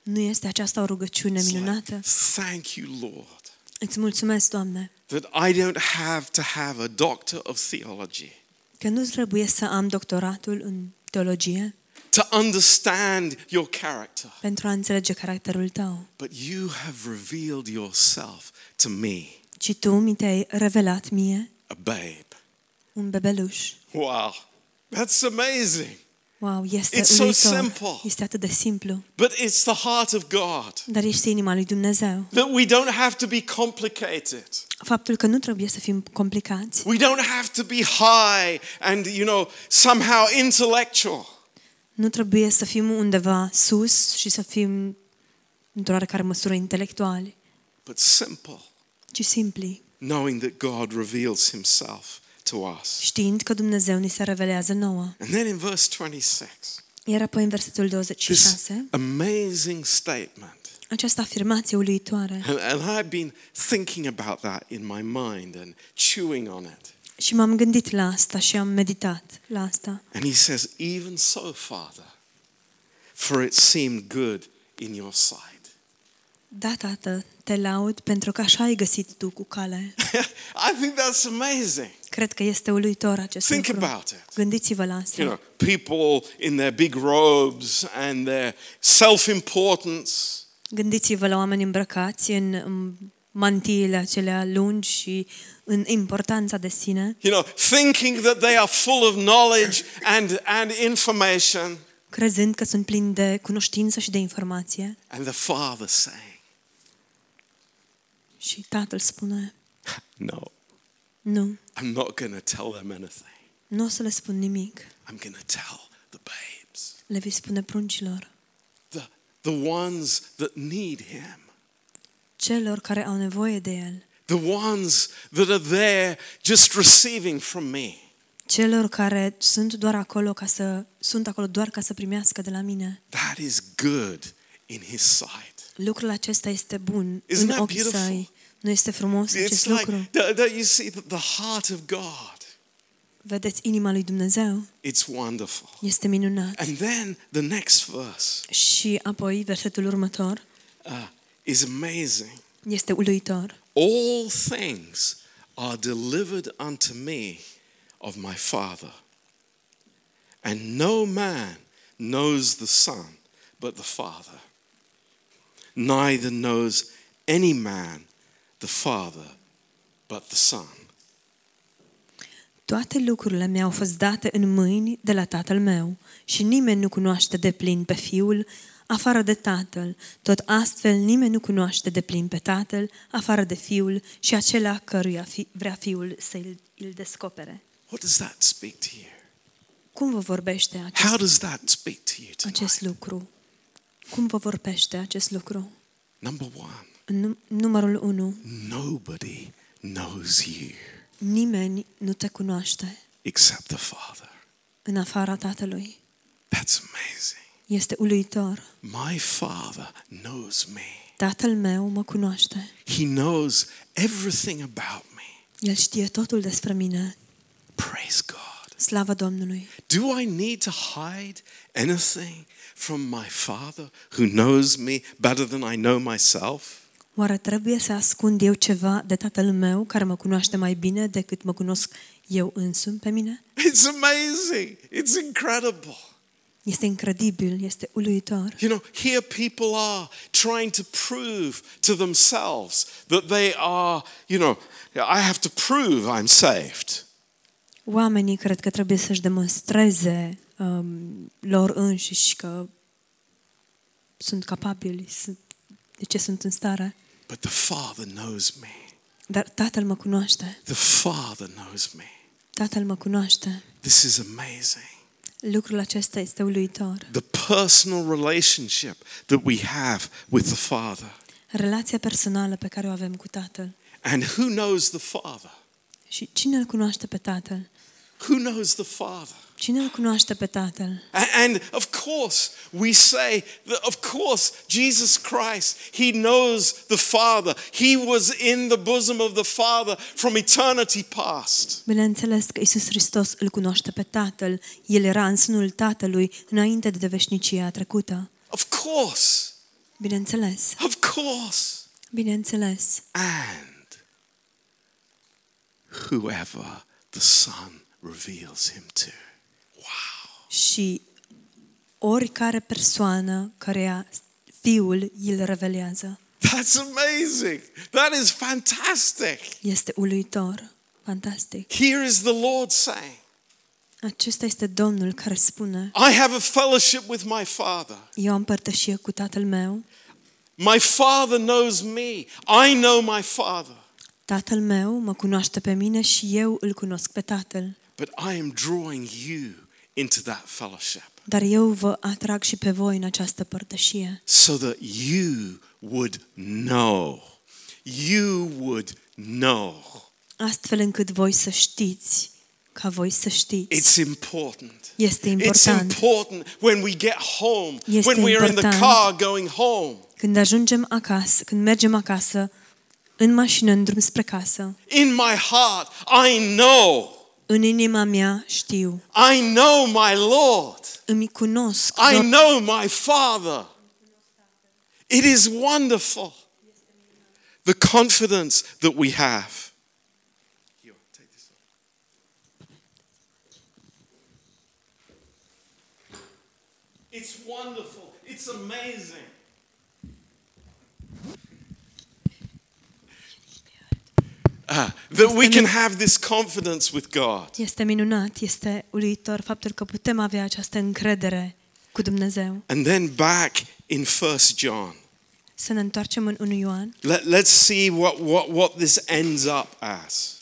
Speaker 2: Nu este aceasta o rugăciune
Speaker 1: It's like,
Speaker 2: minunată?
Speaker 1: thank you, Lord.
Speaker 2: Îți mulțumesc, Doamne,
Speaker 1: that I don't have to have a doctor of theology
Speaker 2: că nu trebuie să am doctoratul în teologie
Speaker 1: to understand your character,
Speaker 2: pentru a înțelege caracterul tău,
Speaker 1: but you have revealed yourself to me.
Speaker 2: ci tu mi te-ai revelat mie
Speaker 1: a babe.
Speaker 2: un bebeluș.
Speaker 1: Wow, that's amazing.
Speaker 2: Wow, este
Speaker 1: It's so
Speaker 2: uimitor.
Speaker 1: simple.
Speaker 2: Este atât de simplu.
Speaker 1: But it's the heart of God
Speaker 2: Dar este inima lui Dumnezeu.
Speaker 1: that we don't have to be complicated.
Speaker 2: Faptul că nu trebuie să fim complicați.
Speaker 1: We don't have to be high and, you know, somehow intellectual.
Speaker 2: Nu trebuie să fim undeva sus și să fim într-o oarecare măsură intelectuali,
Speaker 1: but simple,
Speaker 2: ci simpli,
Speaker 1: knowing that God reveals himself to us.
Speaker 2: știind că Dumnezeu ni se revelează nouă.
Speaker 1: And then in verse 26,
Speaker 2: Iar apoi în versetul
Speaker 1: this
Speaker 2: 26,
Speaker 1: amazing statement.
Speaker 2: această afirmație uluitoare.
Speaker 1: And, and I've been thinking about that in my mind and chewing on it.
Speaker 2: Și m-am gândit la asta și am meditat la asta.
Speaker 1: And he says, Even so, Father, for it seemed good in your sight.
Speaker 2: Da, tată, te laud pentru că așa ai găsit tu cu cale.
Speaker 1: I think that's amazing.
Speaker 2: Cred că este uluitor acest
Speaker 1: Think
Speaker 2: lucru.
Speaker 1: about it.
Speaker 2: Gândiți-vă la asta.
Speaker 1: You know, people in their big robes and their self importance.
Speaker 2: Gândiți-vă la oameni îmbrăcați în în mantiile acelea lungi și în importanța de sine,
Speaker 1: you know, thinking that they are full of knowledge and, and information.
Speaker 2: crezând că sunt plini de cunoștință și de informație.
Speaker 1: And the father saying,
Speaker 2: Și tatăl spune,
Speaker 1: No,
Speaker 2: nu,
Speaker 1: I'm not going to tell them anything.
Speaker 2: nu o să le spun nimic.
Speaker 1: I'm going to tell the babes,
Speaker 2: Le vei spune pruncilor,
Speaker 1: the, the ones that need him,
Speaker 2: celor care au nevoie de el,
Speaker 1: the ones that are there just receiving from me.
Speaker 2: celor care sunt doar acolo ca să sunt acolo doar ca să primească de la mine.
Speaker 1: That is good in his sight.
Speaker 2: Lucrul acesta este bun
Speaker 1: Isn't
Speaker 2: în
Speaker 1: that
Speaker 2: ochii
Speaker 1: beautiful?
Speaker 2: săi. Nu este frumos
Speaker 1: It's
Speaker 2: acest
Speaker 1: like,
Speaker 2: lucru.
Speaker 1: don't don't you see that the heart of God?
Speaker 2: Vedeți inima lui Dumnezeu?
Speaker 1: It's wonderful.
Speaker 2: Este minunat.
Speaker 1: And then the next verse
Speaker 2: Și apoi versetul următor
Speaker 1: uh, is amazing.
Speaker 2: este uluitor.
Speaker 1: All things are delivered unto me of my Father. And no man knows the Son but the Father. Neither knows any man the Father but the Son.
Speaker 2: Toate lucrurile mi-au fost date în mâini de la tatăl meu și nimeni nu cunoaște de plin pe fiul afară de tatăl. Tot astfel nimeni nu cunoaște de plin pe tatăl afară de fiul și acela căruia fi, vrea fiul să îl, îl descopere.
Speaker 1: What does that speak to you?
Speaker 2: Cum vă vorbește acest,
Speaker 1: How does that speak to you
Speaker 2: acest
Speaker 1: tonight?
Speaker 2: lucru? Cum vă vorbește acest lucru?
Speaker 1: Number one,
Speaker 2: În num- numărul 1.
Speaker 1: nobody knows you
Speaker 2: Nimeni nu te cunoaște
Speaker 1: except the Father.
Speaker 2: în afara tatălui.
Speaker 1: That's amazing.
Speaker 2: Este uluitor.
Speaker 1: My Father knows me.
Speaker 2: Tatăl meu mă cunoaște.
Speaker 1: He knows everything about me.
Speaker 2: El știe totul despre mine.
Speaker 1: Praise God.
Speaker 2: Slavă Domnului!
Speaker 1: Do I need to hide anything from my Father who knows me better than I know myself?
Speaker 2: Oare trebuie să ascund eu ceva de tatăl meu care mă cunoaște mai bine decât mă cunosc eu însumi pe mine?
Speaker 1: It's amazing. It's incredible.
Speaker 2: Este incredibil, este uluitor.
Speaker 1: You know, here people are trying to prove to themselves that they are, you know, I have to prove I'm saved.
Speaker 2: Oamenii cred că trebuie să-și demonstreze um, lor înșiși că sunt capabili, sunt, de ce sunt în stare.
Speaker 1: But the Father knows me.
Speaker 2: Dar tatăl mă cunoaște.
Speaker 1: The Father knows me.
Speaker 2: Tatăl mă cunoaște.
Speaker 1: This is amazing.
Speaker 2: Lucrul acesta este uluitor.
Speaker 1: the personal relationship that we have with the Father.
Speaker 2: Relația personală pe care o avem cu tatăl.
Speaker 1: And who knows the Father?
Speaker 2: Și cine îl cunoaște pe tatăl?
Speaker 1: Who knows the Father?
Speaker 2: Cine îl cunoaște pe tatăl?
Speaker 1: A- And of course, we say that, of course, Jesus Christ, He knows the Father. He was in the bosom of the Father from eternity past.
Speaker 2: Bineînțeles că Isus Hristos îl cunoaște pe tatăl. El era în sânul tatălui înainte de veșnicia trecută.
Speaker 1: Of course,
Speaker 2: Bineînțeles,
Speaker 1: of course.
Speaker 2: bineînțeles.
Speaker 1: And whoever the Son reveals Him to. Wow.
Speaker 2: Și oricare persoană căreia fiul îl revelează.
Speaker 1: That's amazing. That is fantastic.
Speaker 2: Este uluitor, fantastic.
Speaker 1: Here is the Lord saying,
Speaker 2: Acesta este Domnul care spune,
Speaker 1: I have a fellowship with my Father.
Speaker 2: eu am părtășie cu tatăl meu,
Speaker 1: My Father knows me. I know my Father.
Speaker 2: tatăl meu mă cunoaște pe mine și eu îl cunosc pe tatăl.
Speaker 1: But I am drawing you into that fellowship
Speaker 2: Dar eu vă atrag și pe voi în această părtășie,
Speaker 1: so that you would know. You would know.
Speaker 2: astfel încât voi să știți, ca voi să știți.
Speaker 1: It's important.
Speaker 2: Este
Speaker 1: It's
Speaker 2: important.
Speaker 1: important when we get home,
Speaker 2: Este
Speaker 1: when we are in the
Speaker 2: important.
Speaker 1: car going home.
Speaker 2: Când ajungem acasă, când mergem acasă, în mașină, în drum spre casă,
Speaker 1: In my heart, I know.
Speaker 2: în inima mea știu,
Speaker 1: I know my Lord.
Speaker 2: îmi cunosc,
Speaker 1: I
Speaker 2: Doamne,
Speaker 1: know my Father. It is wonderful. The confidence that we have. It's wonderful. It's amazing. Ah, that we can have this confidence with God.
Speaker 2: Este minunat, este uluitor faptul că putem avea această încredere cu Dumnezeu.
Speaker 1: And then back in 1 John.
Speaker 2: Să ne întoarcem în 1 Ioan
Speaker 1: Let, let's see what, what, what this ends up as.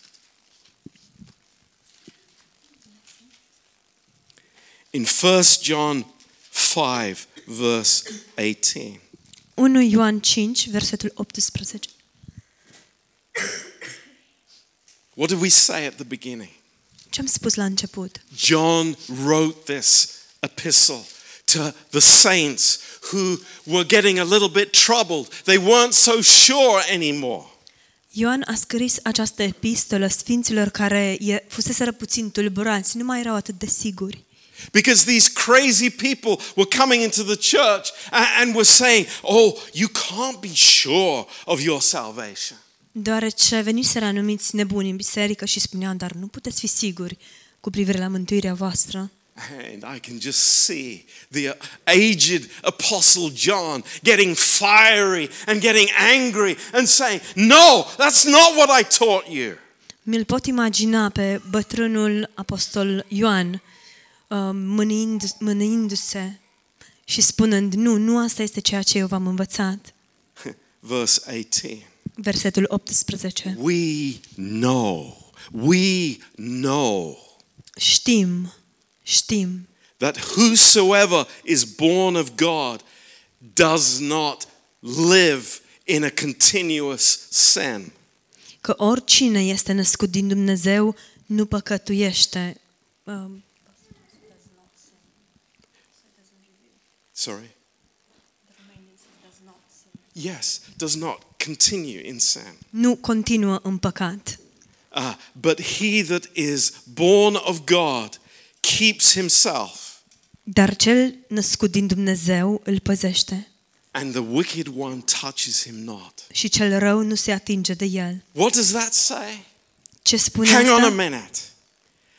Speaker 1: In 1 John 5, verse 18.
Speaker 2: 1 Ioan 5, versetul 18.
Speaker 1: What did we say at the beginning?
Speaker 2: Ce am spus la început?
Speaker 1: John wrote this epistle to the saints who were getting a little bit troubled. They weren't so sure anymore.
Speaker 2: Ioan a scris această epistolă sfinților care e, fuseseră puțin tulburați, nu mai erau atât de siguri.
Speaker 1: Because these crazy people were coming into the church a- and were saying, Oh, you can't be sure of your salvation.
Speaker 2: Deoarece veniseră anumiți nebuni în biserică și spuneau, dar nu puteți fi siguri cu privire la mântuirea voastră.
Speaker 1: And I can just see the uh, aged Apostle John getting fiery and getting angry and saying, No, that's not what I taught you.
Speaker 2: Mi-l pot imagina pe bătrânul apostol Ioan uh, mânind, mânindu-se și spunând, nu, nu asta este ceea ce eu v-am învățat.
Speaker 1: Verse 18.
Speaker 2: Versetul 18.
Speaker 1: We know, we know
Speaker 2: Știm, știm
Speaker 1: that whosoever is born of God does not live in a continuous sin.
Speaker 2: că oricine este născut din Dumnezeu nu păcătuiește. Uh,
Speaker 1: Sorry? Yes, does not continue in sin.
Speaker 2: nu continuă în păcat.
Speaker 1: Ah, but he that is born of God keeps himself,
Speaker 2: Dar cel născut din Dumnezeu îl păzește
Speaker 1: and the wicked one touches him not.
Speaker 2: și cel rău nu se atinge de el.
Speaker 1: What does that say?
Speaker 2: Ce spune
Speaker 1: Hang on a
Speaker 2: asta?
Speaker 1: minute.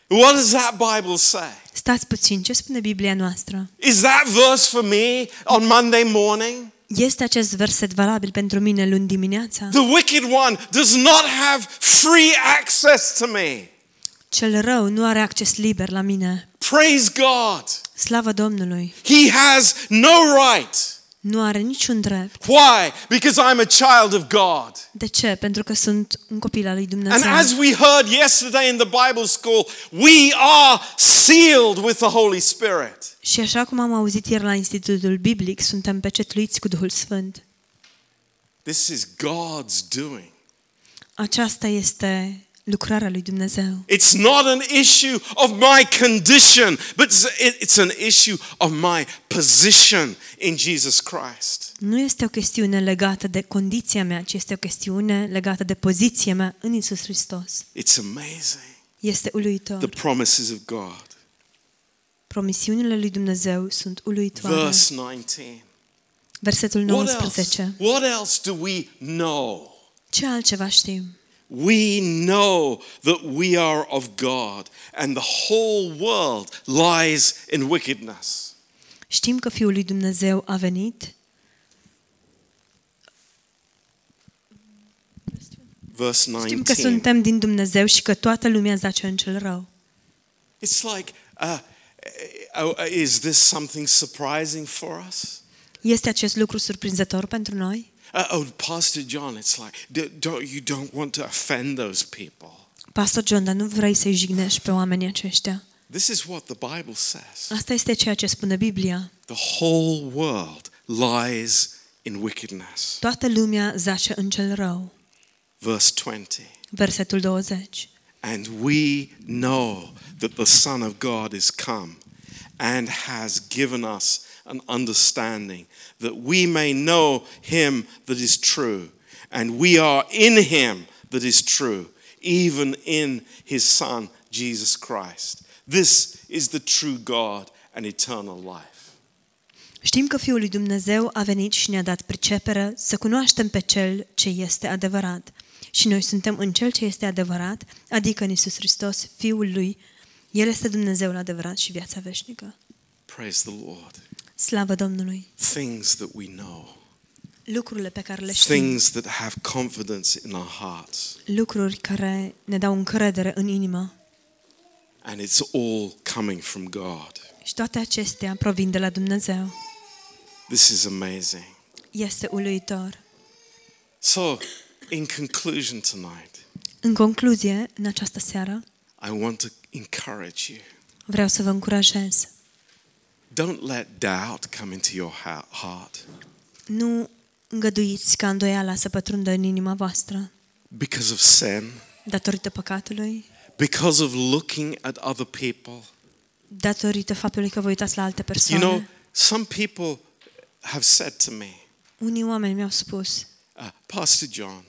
Speaker 1: What does that Bible say?
Speaker 2: Stați puțin, ce spune Biblia noastră?
Speaker 1: Is that verse for me on Monday morning?
Speaker 2: Este acest verset valabil pentru mine luni dimineața?
Speaker 1: The wicked one does not have free access to me.
Speaker 2: Cel rău nu are acces liber la mine.
Speaker 1: Praise God.
Speaker 2: Slavă Domnului!
Speaker 1: He has no right.
Speaker 2: Nu are niciun drept.
Speaker 1: Why? Because I'm a child of God.
Speaker 2: De ce? Pentru că sunt un copil al lui
Speaker 1: And
Speaker 2: Dumnezeu.
Speaker 1: as we heard yesterday in the Bible school, we are sealed with the Holy Spirit.
Speaker 2: Și așa cum am auzit ieri la Institutul Biblic, suntem pecetluiți cu Duhul Sfânt.
Speaker 1: This is God's doing.
Speaker 2: Aceasta este lucrarea lui Dumnezeu.
Speaker 1: It's not an issue of my condition, but it's- it's an issue of my position in Jesus Christ.
Speaker 2: Nu este o chestiune legată de condiția mea, ci este o chestiune legată de poziția mea în Isus Hristos.
Speaker 1: It's amazing.
Speaker 2: Este
Speaker 1: The
Speaker 2: uluitor.
Speaker 1: promises of God.
Speaker 2: Promisiunile lui Dumnezeu sunt uluitoare.
Speaker 1: Verse 19.
Speaker 2: Versetul
Speaker 1: What else,
Speaker 2: 19.
Speaker 1: what else do we know?
Speaker 2: Ce altceva știm?
Speaker 1: We know that we are of God and the whole world lies in wickedness.
Speaker 2: Știm că Fiul lui Dumnezeu a venit
Speaker 1: verse
Speaker 2: Știm că
Speaker 1: 19.
Speaker 2: suntem din Dumnezeu și că toată lumea zace în cel rău.
Speaker 1: It's like, uh, uh, uh, is this something surprising for us?
Speaker 2: Este acest lucru surprinzător pentru noi?
Speaker 1: Uh, oh, Pastor John, it's like, d- don't, you don't want to offend those people.
Speaker 2: Pastor John, dar nu vrei să-i jignești pe oamenii aceștia.
Speaker 1: This is what the Bible says.
Speaker 2: Asta este ceea ce spune Biblia.
Speaker 1: The whole world lies in wickedness.
Speaker 2: Toată lumea zace în cel rău.
Speaker 1: Verse 20.
Speaker 2: Versetul 20.
Speaker 1: And we know that the Son of God is come and has given us an understanding that we may know him that is true, and we are in him that is true, even in his Son, Jesus Christ. This is the true God and eternal life.
Speaker 2: Știm că Fiul lui Dumnezeu a venit și ne-a dat pricepere să cunoaștem pe Cel ce este adevărat. Și noi suntem în Cel ce este adevărat, adică în Isus Hristos, Fiul lui. El este Dumnezeul adevărat și viața veșnică.
Speaker 1: Praise the Lord.
Speaker 2: Slavă Domnului!
Speaker 1: Things that we know,
Speaker 2: Lucrurile pe care le știm,
Speaker 1: things that have confidence in our hearts,
Speaker 2: lucruri care ne dau încredere în inimă
Speaker 1: and it's all coming from God.
Speaker 2: și toate acestea provin de la Dumnezeu.
Speaker 1: This is amazing.
Speaker 2: Este uluitor.
Speaker 1: So, in conclusion tonight,
Speaker 2: În concluzie, în această seară,
Speaker 1: I want to encourage you.
Speaker 2: vreau să vă încurajez.
Speaker 1: Don't let doubt come into your ha- heart
Speaker 2: Nu îngăduiți ca îndoiala să pătrundă în inima voastră.
Speaker 1: because of sin,
Speaker 2: datorită păcatului,
Speaker 1: because of looking at other people.
Speaker 2: datorită faptului că vă uitați la alte
Speaker 1: You
Speaker 2: persoane.
Speaker 1: know, some people have said to me,
Speaker 2: Unii oameni mi-au spus,
Speaker 1: uh, Pastor John,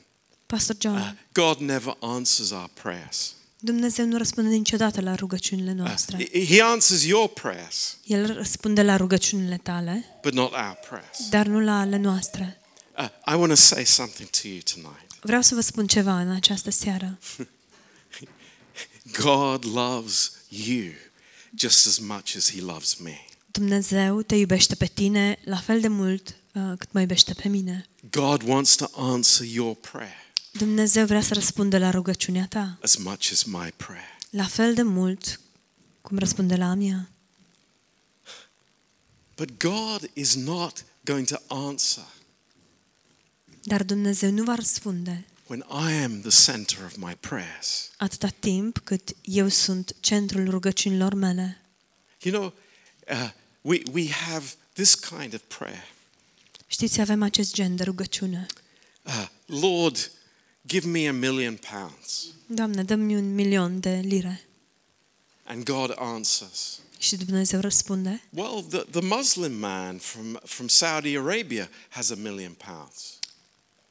Speaker 2: Pastor John,
Speaker 1: uh, God never answers our prayers.
Speaker 2: Dumnezeu nu răspunde niciodată la rugăciunile
Speaker 1: Uh,
Speaker 2: noastre.
Speaker 1: he he answers your prayers,
Speaker 2: El răspunde la rugăciunile tale,
Speaker 1: but not our prayers.
Speaker 2: dar nu la ale noastre.
Speaker 1: Uh, I want to say something to you tonight.
Speaker 2: Vreau să vă spun ceva în această seară.
Speaker 1: God loves you just as much as He loves me.
Speaker 2: Dumnezeu te iubește pe tine la fel de mult uh, cât mă iubește pe mine.
Speaker 1: God wants to answer your prayer
Speaker 2: Dumnezeu vrea să răspundă la rugăciunea ta,
Speaker 1: as much as my prayer.
Speaker 2: la fel de mult cum răspunde la a mea.
Speaker 1: But God is not going to answer
Speaker 2: Dar Dumnezeu nu va răspunde
Speaker 1: when I am the center of my prayers.
Speaker 2: atâta timp cât eu sunt centrul rugăciunilor mele.
Speaker 1: You know, uh, we, we have this kind of prayer
Speaker 2: Știți, avem acest gen de rugăciune.
Speaker 1: uh, Lord, give me a million pounds.
Speaker 2: Doamne, dă-mi un milion de lire.
Speaker 1: And God answers.
Speaker 2: Și Dumnezeu răspunde,
Speaker 1: Well, the, the Muslim man from, from Saudi Arabia has a million pounds.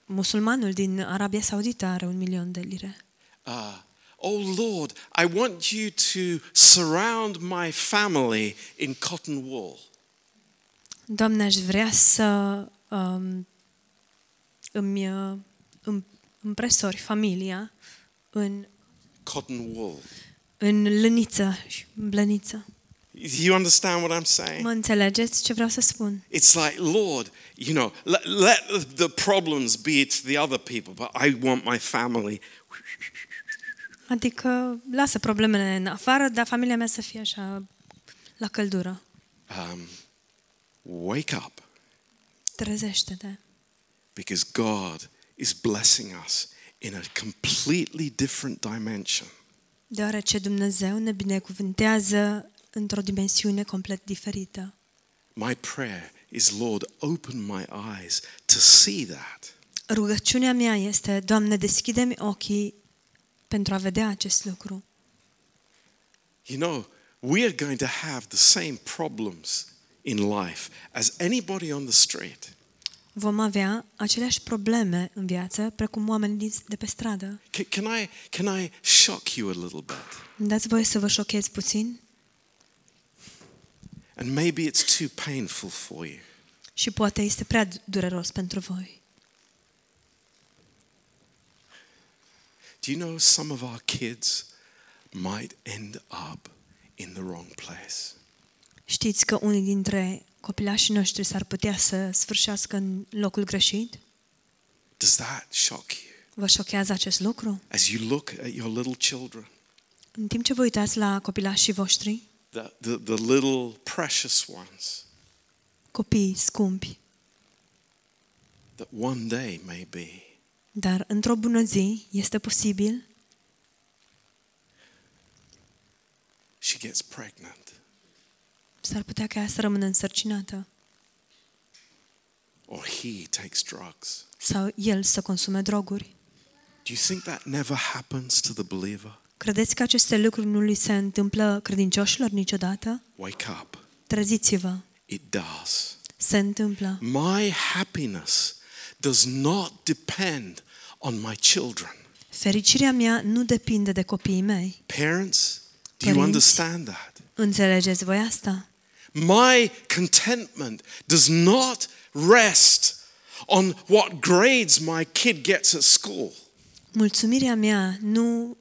Speaker 2: musulmanul din Arabia Saudită are un milion de lire.
Speaker 1: Uh, oh Lord, I want you to surround my family in cotton wool.
Speaker 2: Doamne, aș vrea să um, îmi uh, îmi- împresori familia în,
Speaker 1: Cotton wool.
Speaker 2: în lăniță și în blăniță.
Speaker 1: Do you understand what I'm saying?
Speaker 2: Mă înțelegeți ce vreau să spun?
Speaker 1: It's like, Lord, you know, let, let the problems be it to the other people, but I want my family.
Speaker 2: Adică lasă problemele în afară, dar familia mea să fie așa la căldură.
Speaker 1: Um, wake up
Speaker 2: Trezește-te.
Speaker 1: because God is blessing us in a completely different dimension.
Speaker 2: Deoarece Dumnezeu ne binecuvântează într-o dimensiune complet diferită.
Speaker 1: My prayer is, Lord, open my eyes to see that.
Speaker 2: Rugăciunea mea este, Doamne, deschide-mi ochii pentru a vedea acest lucru.
Speaker 1: You know, we are going to have the same problems in life as anybody on the street.
Speaker 2: Vom avea aceleași probleme în viață precum oamenii din- de pe stradă.
Speaker 1: Can, can, I, can I shock you a little bit?
Speaker 2: Îmi dați voie să vă șochez puțin?
Speaker 1: And maybe it's too painful for you.
Speaker 2: Și poate este prea dureros pentru voi.
Speaker 1: Do you know some of our kids might end up in the wrong place?
Speaker 2: Știți că unii dintre copilașii noștri s-ar putea să sfârșească în locul greșit?
Speaker 1: Does that shock you?
Speaker 2: Vă șochează acest lucru?
Speaker 1: As you look at your little children,
Speaker 2: În timp ce vă uitați la copilașii voștri,
Speaker 1: the, the, the little precious ones
Speaker 2: copii scumpi,
Speaker 1: that one day may be,
Speaker 2: dar într-o bună zi este posibil
Speaker 1: she gets pregnant
Speaker 2: s-ar putea ca ea să rămână însărcinată
Speaker 1: or he takes drugs.
Speaker 2: sau el să consume droguri.
Speaker 1: Do you think that never happens to the believer?
Speaker 2: Credeți că aceste lucruri nu li se întâmplă credincioșilor niciodată?
Speaker 1: Wake up.
Speaker 2: Treziți-vă!
Speaker 1: It does.
Speaker 2: Se întâmplă.
Speaker 1: My happiness does not depend on my children.
Speaker 2: Fericirea mea nu depinde de copiii mei.
Speaker 1: Parents, do you
Speaker 2: Părinți.
Speaker 1: understand that?
Speaker 2: Înțelegeți voi asta?
Speaker 1: My contentment does not rest on what grades my kid gets at school.
Speaker 2: Mulțumirea mea nu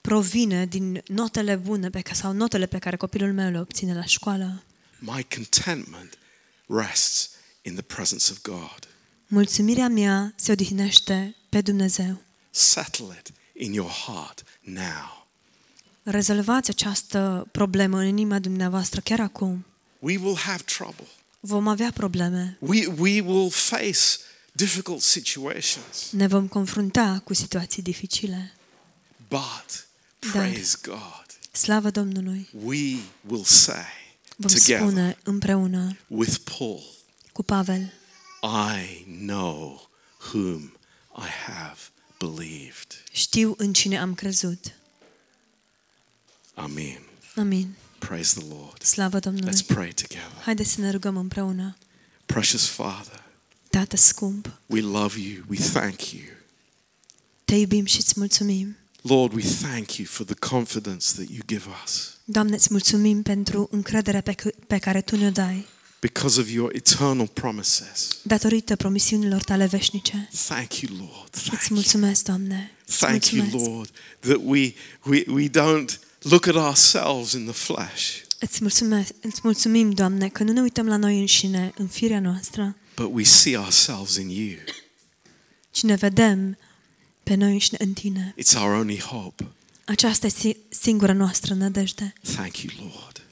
Speaker 2: provine din notele bune pe ca, sau notele pe care copilul meu le obține la școală.
Speaker 1: My contentment rests in the presence of God.
Speaker 2: Mulțumirea mea se odihnește pe Dumnezeu.
Speaker 1: Settle it in your heart now.
Speaker 2: Rezolvați această problemă în inima dumneavoastră chiar acum.
Speaker 1: We will have trouble.
Speaker 2: Vom avea probleme.
Speaker 1: We, we will face difficult situations.
Speaker 2: Ne vom confrunta cu situații dificile.
Speaker 1: But
Speaker 2: Dar-
Speaker 1: praise God,
Speaker 2: Slavă Domnului!
Speaker 1: we will say
Speaker 2: Vom
Speaker 1: together
Speaker 2: spune împreună
Speaker 1: with Paul,
Speaker 2: cu Pavel,
Speaker 1: I know whom I have believed.
Speaker 2: știu în cine am crezut.
Speaker 1: Amen.
Speaker 2: Amin.
Speaker 1: Praise the Lord.
Speaker 2: Slavă Domnului!
Speaker 1: Let's pray together.
Speaker 2: Haideți să ne rugăm împreună.
Speaker 1: Precious Father,
Speaker 2: Tată scump,
Speaker 1: we love you. We thank you.
Speaker 2: te iubim și îți mulțumim.
Speaker 1: Lord, we thank you for the confidence that you give us
Speaker 2: Doamne, îți mulțumim pentru încrederea pe, c- pe care Tu ne-o dai,
Speaker 1: because of your eternal promises.
Speaker 2: datorită promisiunilor Tale veșnice.
Speaker 1: Thank you, Lord.
Speaker 2: Îți
Speaker 1: Thank you.
Speaker 2: mulțumesc, Doamne. Îți
Speaker 1: Thank you,
Speaker 2: mulțumesc.
Speaker 1: Lord, that we, we, we don't look at ourselves in the flesh,
Speaker 2: Îți, mulțumesc, îți mulțumim, Doamne, că nu ne uităm la noi înșine, în firea noastră,
Speaker 1: but we see ourselves in you.
Speaker 2: ci ne vedem pe noi înșine în Tine.
Speaker 1: It's our only hope.
Speaker 2: Aceasta este si- singura noastră nădejde.
Speaker 1: Thank you, Lord.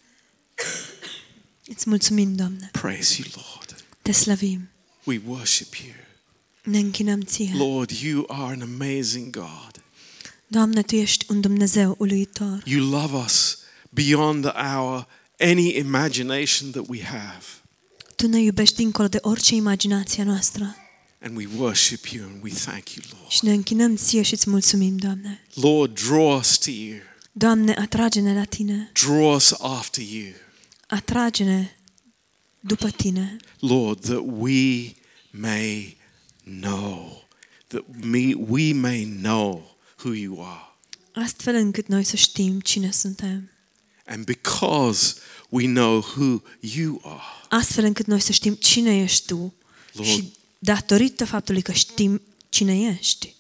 Speaker 2: Îți mulțumim, Doamne.
Speaker 1: Praise you, Lord.
Speaker 2: Te slăvim.
Speaker 1: We worship you.
Speaker 2: Ne închinăm Ție.
Speaker 1: Lord, you are an amazing God.
Speaker 2: Doamne, Tu ești un Dumnezeu uluitor.
Speaker 1: You love us beyond our any imagination that we have.
Speaker 2: Tu ne iubești dincolo de orice imaginație noastră
Speaker 1: And we worship you and we thank you, Lord.
Speaker 2: și ne închinăm ție și îți mulțumim, Doamne.
Speaker 1: Lord, draw us to you.
Speaker 2: Doamne, atrage-ne la Tine,
Speaker 1: Draw us after you.
Speaker 2: atrage-ne după Tine,
Speaker 1: Lord, that we may know, that me, we may know who you are.
Speaker 2: astfel încât noi să știm cine suntem,
Speaker 1: And because we know who you are,
Speaker 2: astfel încât noi să știm cine ești Tu
Speaker 1: Lord.
Speaker 2: și datorită faptului că știm cine ești,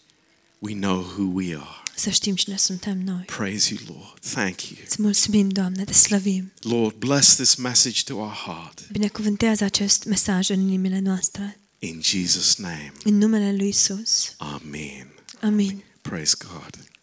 Speaker 1: we know who we are.
Speaker 2: să știm cine suntem noi.
Speaker 1: Praise you, Lord. Thank you.
Speaker 2: Îți mulțumim, Doamne, te slăvim.
Speaker 1: Lord, bless this message to our heart.
Speaker 2: Binecuvântează acest mesaj în inimile noastre.
Speaker 1: In Jesus' name,
Speaker 2: În numele Lui Isus.
Speaker 1: Amen.
Speaker 2: Amin.
Speaker 1: Praise God.